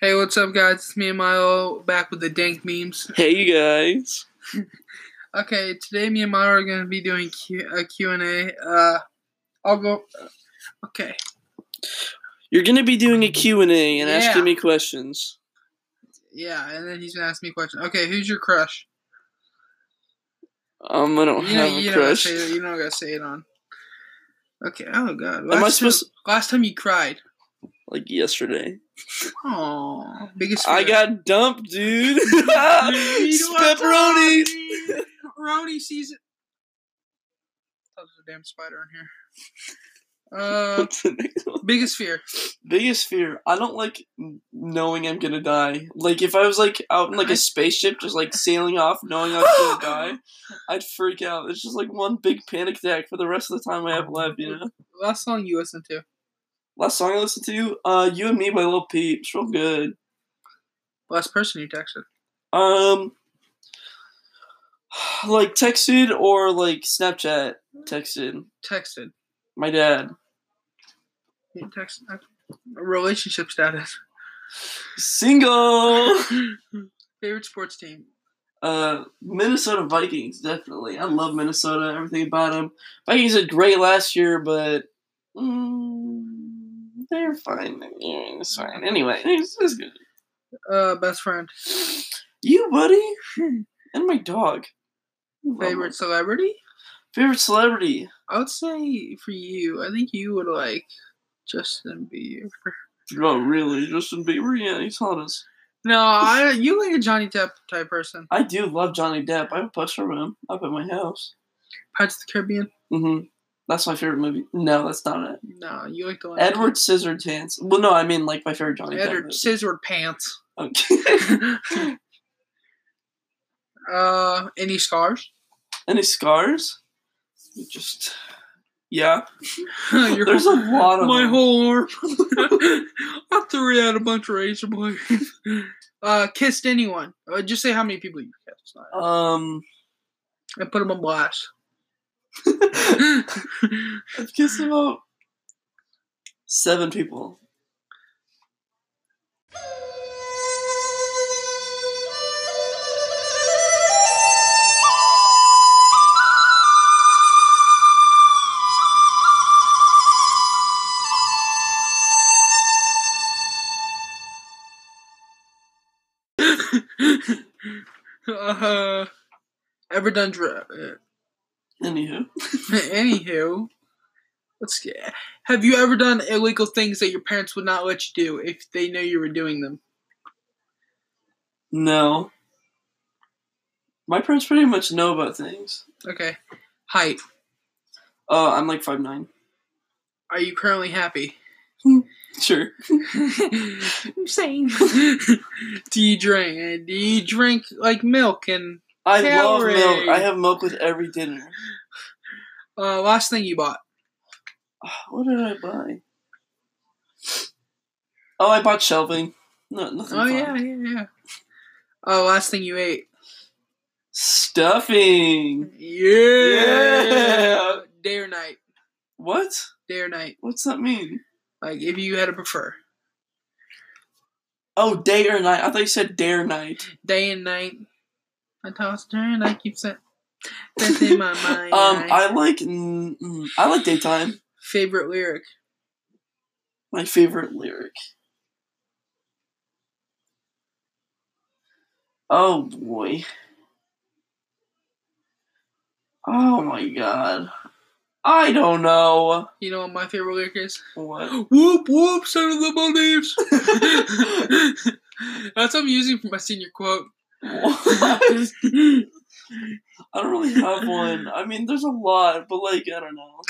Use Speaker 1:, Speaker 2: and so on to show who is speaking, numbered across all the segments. Speaker 1: Hey, what's up, guys? It's me and Milo back with the dank memes.
Speaker 2: Hey guys.
Speaker 1: Okay, today me and Milo are going to be doing Q- a Q&A. Uh, I'll go. uh, Okay,
Speaker 2: You're going to be doing a Q&A and
Speaker 1: Yeah.
Speaker 2: asking me questions.
Speaker 1: yeah, and then he's going to ask me a question. Okay, who's your crush?
Speaker 2: Um, I don't
Speaker 1: You know,
Speaker 2: have
Speaker 1: you
Speaker 2: a
Speaker 1: don't gotta
Speaker 2: crush.
Speaker 1: say it. You don't gotta say it on. Okay. Oh God. Last
Speaker 2: Am I
Speaker 1: Time,
Speaker 2: supposed
Speaker 1: last time you cried.
Speaker 2: like yesterday?
Speaker 1: Oh, biggest.
Speaker 2: I
Speaker 1: fear.
Speaker 2: got dumped, dude.
Speaker 1: Need
Speaker 2: Pepperoni.
Speaker 1: wasabi. Pepperoni season. Oh, there's a damn spider in here. Uh,
Speaker 2: What's the next one?
Speaker 1: biggest fear.
Speaker 2: Biggest fear. I don't like knowing I'm gonna die. Like if I was like out in like a spaceship, just like sailing off, knowing I'm gonna die, I'd freak out. It's just like one big panic attack for the rest of the time I have left. You know.
Speaker 1: Last song you listened to.
Speaker 2: Last song I listened to, uh, "You and Me" by Lil Peep. It's real good.
Speaker 1: Last person you texted.
Speaker 2: Um, like texted or like Snapchat texted.
Speaker 1: Texted.
Speaker 2: My dad.
Speaker 1: You text. Relationship status.
Speaker 2: Single.
Speaker 1: Favorite sports team.
Speaker 2: Uh, Minnesota Vikings definitely. I love Minnesota. Everything about them. Vikings did great last year, but mm, they're fine. Yeah, It's fine. Anyway, it's, it's good.
Speaker 1: Uh, best friend.
Speaker 2: You buddy and my dog.
Speaker 1: Favorite celebrity.
Speaker 2: Favorite celebrity.
Speaker 1: I would say for you, I think you would like Justin Bieber.
Speaker 2: Oh, really? Justin Bieber? Yeah, he's hot as
Speaker 1: No, I you like a Johnny Depp type person.
Speaker 2: I do love Johnny Depp. I have a poster of him up at my house.
Speaker 1: Pirates of the Caribbean.
Speaker 2: hmm That's my favorite movie. No, that's not it.
Speaker 1: No, you like the one.
Speaker 2: Edward Scissorhands. Well, no, I mean like my favorite Johnny
Speaker 1: Edward
Speaker 2: Depp.
Speaker 1: Scissored Pants.
Speaker 2: Edward. Okay.
Speaker 1: uh, any scars?
Speaker 2: Any scars? Just yeah.
Speaker 1: Your
Speaker 2: There's
Speaker 1: whole-
Speaker 2: a lot of
Speaker 1: my
Speaker 2: them.
Speaker 1: whole arm. I threw out a bunch of razor blades. uh, kissed anyone? Uh, just say how many people you kissed.
Speaker 2: Um,
Speaker 1: And put them on blast.
Speaker 2: I've kissed about seven people.
Speaker 1: uh, ever done dr- uh,
Speaker 2: Anywho,
Speaker 1: Anywho, let's get. Have you ever done illegal things that your parents would not let you do if they knew you were doing them?
Speaker 2: no. My parents pretty much know about things.
Speaker 1: Okay. Height.
Speaker 2: Uh, I'm like five nine.
Speaker 1: Are you currently happy?
Speaker 2: Sure.
Speaker 1: I'm saying. do you drink? uh, Do you drink like milk? And
Speaker 2: I love
Speaker 1: Calorie.
Speaker 2: milk. I have milk with every dinner.
Speaker 1: uh, last thing you bought?
Speaker 2: Ah, What did I buy? Oh, I bought shelving. No, nothing.
Speaker 1: Oh
Speaker 2: fun.
Speaker 1: yeah, yeah, yeah. Uh, last thing you ate?
Speaker 2: Stuffing.
Speaker 1: Yeah. Day or night?
Speaker 2: What?
Speaker 1: Day or night?
Speaker 2: What's that mean?
Speaker 1: Like if you had to prefer,
Speaker 2: Oh, day or night. I thought you said dare night.
Speaker 1: day and night. I toss and turn. I keep saying. That's in my mind.
Speaker 2: Um, I like mm, mm, I like daytime.
Speaker 1: Favorite lyric?
Speaker 2: My favorite lyric. Oh boy. Oh my god. I don't know
Speaker 1: You know what my favorite lyric is?
Speaker 2: what.
Speaker 1: Whoop whoop, son of the Maldives. That's what I'm using for my senior quote. Uh,
Speaker 2: I don't really have one. I mean, there's a lot, but like, I don't know.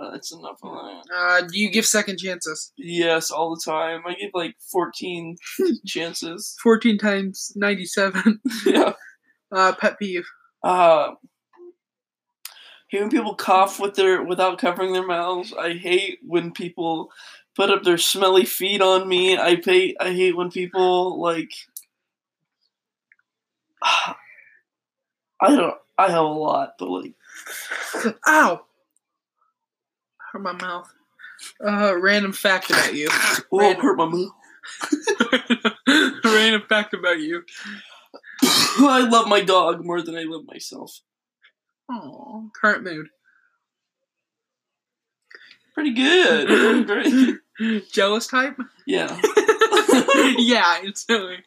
Speaker 2: Uh, That's enough of that.
Speaker 1: Uh, do you give second chances?
Speaker 2: Yes, all the time. I give like 14 chances.
Speaker 1: 14 times 97.
Speaker 2: Yeah.
Speaker 1: Uh, pet peeve.
Speaker 2: Uh, hearing people cough with their without covering their mouths. I hate when people put up their smelly feet on me. I hate. I hate when people like. I don't. I have a lot, but like.
Speaker 1: Ow! Hurt my mouth. Uh, random fact about you.
Speaker 2: Whoa,
Speaker 1: Random.
Speaker 2: hurt my mouth.
Speaker 1: Rain a fact about you.
Speaker 2: I love my dog more than I love myself.
Speaker 1: Aww, current mood.
Speaker 2: Pretty good. Great.
Speaker 1: Jealous type?
Speaker 2: Yeah.
Speaker 1: yeah, it's silly.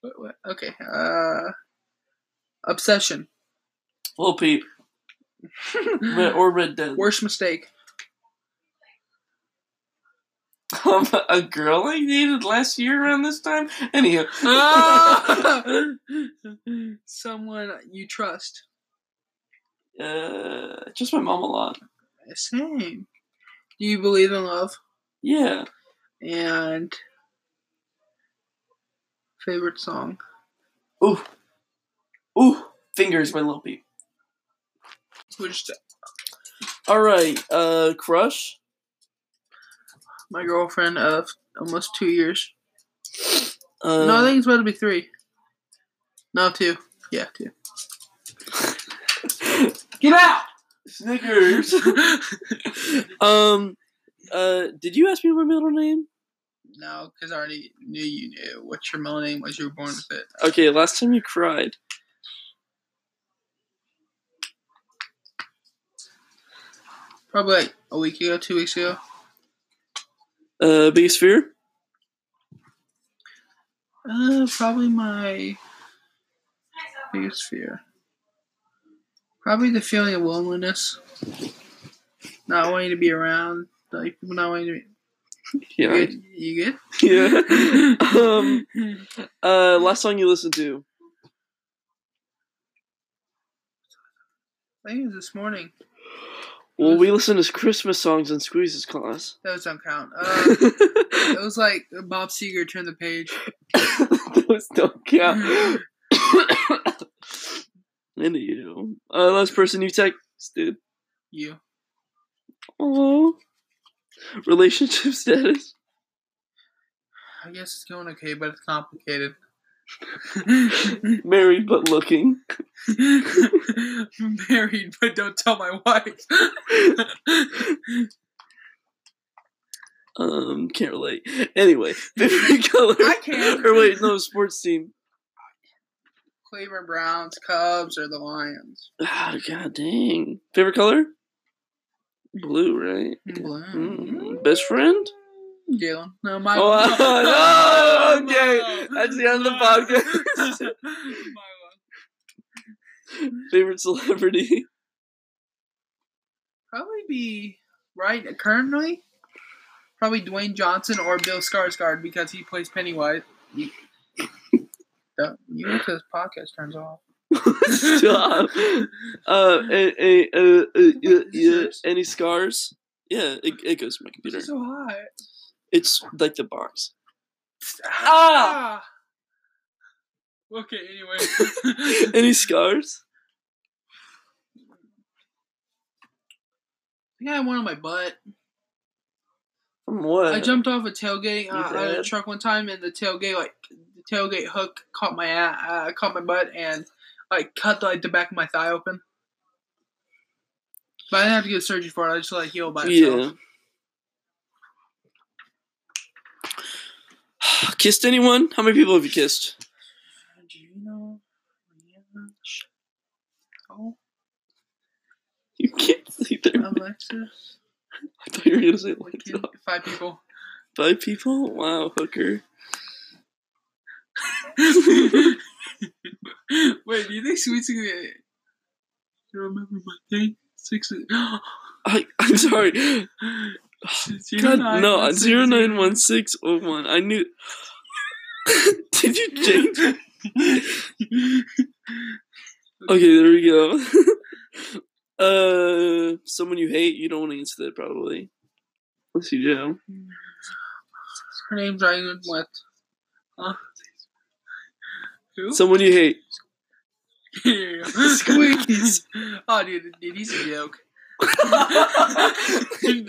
Speaker 1: What- what- Okay, uh. Obsession.
Speaker 2: Little Peep. Red, or Red Dead.
Speaker 1: Worst mistake.
Speaker 2: Um, a girl I dated last year around this time? Anyhow.
Speaker 1: Ah! Someone you trust.
Speaker 2: Uh, just my mom a lot.
Speaker 1: Same. Do you believe in love?
Speaker 2: Yeah.
Speaker 1: And. Favorite song?
Speaker 2: Ooh. Ooh. Fingers by Lil Peep.
Speaker 1: Which
Speaker 2: Alright, uh, Crush?
Speaker 1: my girlfriend of almost two years.
Speaker 2: Uh,
Speaker 1: no, I think it's about to be three. No, two. Yeah, two.
Speaker 2: Get out! Snickers. um, uh, did you ask me my middle name?
Speaker 1: no, because I already knew you knew what your middle name was. You were born with it.
Speaker 2: Okay, last time you cried.
Speaker 1: Probably like a week ago, two weeks ago.
Speaker 2: Uh, biggest fear?
Speaker 1: Uh, probably my biggest fear. Probably the feeling of loneliness. Not wanting to be around. Like people not wanting to be.
Speaker 2: Yeah.
Speaker 1: You good? You good?
Speaker 2: Yeah. um, uh, last song you listened to?
Speaker 1: I think it was this morning.
Speaker 2: Well, we listened to Christmas songs in Squeeze's class.
Speaker 1: Those don't count. Uh, it was like Bob Seger turned the page.
Speaker 2: Those don't count. Anywho, uh, last person you texted.
Speaker 1: You.
Speaker 2: Aww. Relationship status.
Speaker 1: I guess it's going okay, but it's complicated.
Speaker 2: Married but looking.
Speaker 1: Married, but don't tell my wife.
Speaker 2: Um, can't relate. Anyway, favorite color.
Speaker 1: I can.
Speaker 2: Or wait, no, sports team.
Speaker 1: Cleveland Browns, Cubs, or the Lions?
Speaker 2: Ah, god dang. Favorite color? Blue, right?
Speaker 1: Blue.
Speaker 2: Mm, Best friend?
Speaker 1: Jalen. No, my.
Speaker 2: Oh,
Speaker 1: my-
Speaker 2: no, okay.
Speaker 1: my-
Speaker 2: That's the end of the podcast.
Speaker 1: My one.
Speaker 2: Favorite celebrity?
Speaker 1: Probably be right currently. Probably Dwayne Johnson or Bill Skarsgård because he plays Pennywise. You, Uh, you wait till this podcast turns off.
Speaker 2: Stop. Uh, a, a, uh, uh, yeah, yeah.
Speaker 1: Serious?
Speaker 2: Any scars? Yeah, it, it goes to my
Speaker 1: This
Speaker 2: computer.
Speaker 1: is so hot.
Speaker 2: It's like the box.
Speaker 1: Ah! Okay, anyway.
Speaker 2: Any scars?
Speaker 1: I think I had one on my butt.
Speaker 2: From what?
Speaker 1: I jumped off a tailgate uh,
Speaker 2: Uh, You
Speaker 1: out of a
Speaker 2: did?
Speaker 1: truck one time, and the tailgate like the tailgate hook caught my a- uh, caught my butt and like cut like the back of my thigh open. But I didn't have to get surgery for it. I just let it heal by itself.
Speaker 2: Yeah. kissed anyone? How many people have you kissed?
Speaker 1: Do you know? Oh,
Speaker 2: You can't say that.
Speaker 1: Alexis,
Speaker 2: I thought you were gonna say
Speaker 1: we
Speaker 2: like
Speaker 1: can- five people.
Speaker 2: five people. Wow, hooker.
Speaker 1: Wait, do you think Sweet's gonna? You remember my thing? Six.
Speaker 2: I I'm sorry.
Speaker 1: Zero
Speaker 2: God,
Speaker 1: nine
Speaker 2: no,
Speaker 1: one six zero-
Speaker 2: zero nine one six oh one. I knew. Did you change? Okay, there we go. uh, someone you hate. You don't want to answer that probably. Unless you do.
Speaker 1: Her name's Ryan What? Huh? Who?
Speaker 2: Someone you hate.
Speaker 1: Squeeze. oh, dude, dude, he's a joke. no,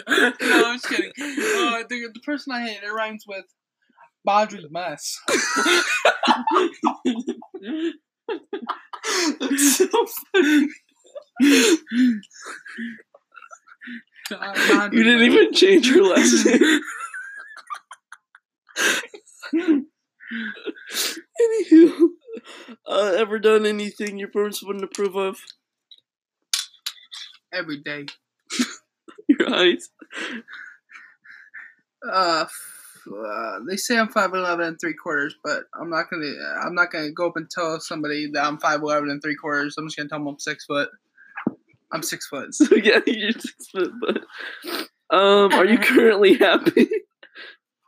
Speaker 1: I'm just kidding. Uh, the, the person I hate, it rhymes with Bodri's mess.
Speaker 2: That's so funny.
Speaker 1: God, Bodri's
Speaker 2: You
Speaker 1: Uh,
Speaker 2: didn't
Speaker 1: mess.
Speaker 2: even change your last name. uh, ever done anything your parents wouldn't approve of?
Speaker 1: every day.
Speaker 2: Your eyes.
Speaker 1: Uh, f- uh, they say I'm five eleven and three quarters, but I'm not gonna. I'm not gonna go up and tell somebody that I'm five eleven and three quarters. I'm just gonna tell them I'm six foot. I'm six foot.
Speaker 2: So yeah, you're six foot. But um, are you currently happy?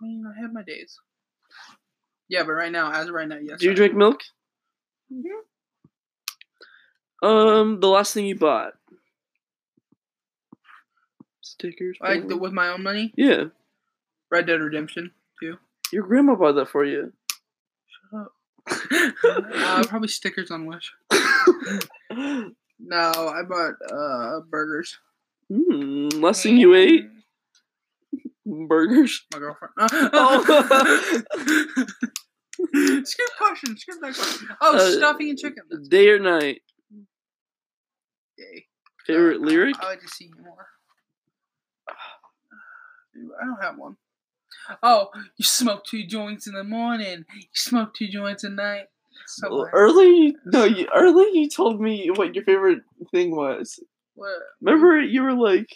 Speaker 1: I mean, I have my days. Yeah, but right now, as of right now, yes.
Speaker 2: Do you drink milk?
Speaker 1: Mhm.
Speaker 2: Um, the last thing you bought. Stickers.
Speaker 1: Like the,
Speaker 2: balloons.
Speaker 1: with my own money,
Speaker 2: yeah,
Speaker 1: Red Dead Redemption.
Speaker 2: your grandma bought that for you.
Speaker 1: uh, probably stickers on Wish. No, I bought uh burgers. Mm-hmm.
Speaker 2: Hmm, last thing you ate? Burgers.
Speaker 1: My girlfriend.
Speaker 2: Oh.
Speaker 1: skip question. Skip that question. Oh,
Speaker 2: Uh,
Speaker 1: stuffing and chicken. That's
Speaker 2: Day or night?
Speaker 1: gay.
Speaker 2: Favorite lyric?
Speaker 1: Uh, I like to see more. Dude, I don't have one. Oh, you smoke two joints in the morning. You smoke two joints at night. Something
Speaker 2: Well,
Speaker 1: like-
Speaker 2: Early, no, you, early you told me what your favorite thing was.
Speaker 1: what
Speaker 2: Remember, you were like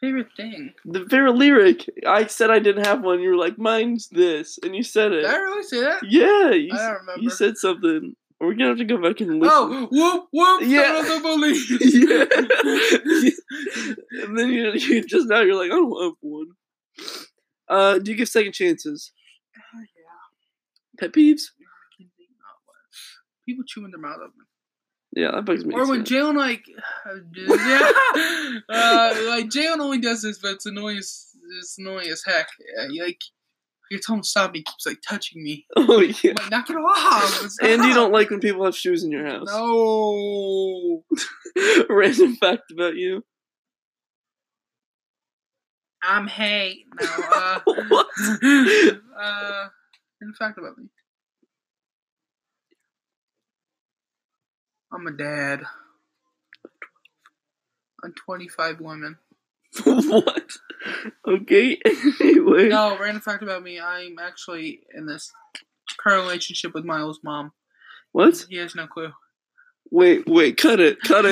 Speaker 1: favorite thing?
Speaker 2: the favorite lyric. I said I didn't have one. You were like, mine's this, and you said it.
Speaker 1: Did I really say that?
Speaker 2: Yeah, you,
Speaker 1: I
Speaker 2: s-
Speaker 1: don't remember.
Speaker 2: you said something. We're gonna have to go back and listen.
Speaker 1: oh, whoop whoop!
Speaker 2: Yeah.
Speaker 1: Oh, Yeah. the police.
Speaker 2: yeah. and then you, you just now you're like, I don't have one. Uh, do you give second chances?
Speaker 1: Oh, yeah.
Speaker 2: Pet peeves?
Speaker 1: I can think not what. People chewing their mouth open.
Speaker 2: Yeah, that bugs me.
Speaker 1: Or when
Speaker 2: too.
Speaker 1: Jalen like, yeah, uh, like Jalen only does this, but it's annoying. As, it's annoying as heck. Uh, you, like you tell him to stop, and he keeps like touching me.
Speaker 2: oh yeah.
Speaker 1: I'm like knock it off. It's
Speaker 2: And you
Speaker 1: not-
Speaker 2: don't like when people have shoes in your house.
Speaker 1: No.
Speaker 2: Random fact about you.
Speaker 1: I'm hate. No. Uh,
Speaker 2: What?
Speaker 1: uh, in fact about me. I'm a dad. I'm 25 women.
Speaker 2: what? Okay. anyway.
Speaker 1: No, random fact about me. I'm actually in this current relationship with Miles' mom.
Speaker 2: What?
Speaker 1: He has no clue.
Speaker 2: Wait, wait. Cut it. Cut it.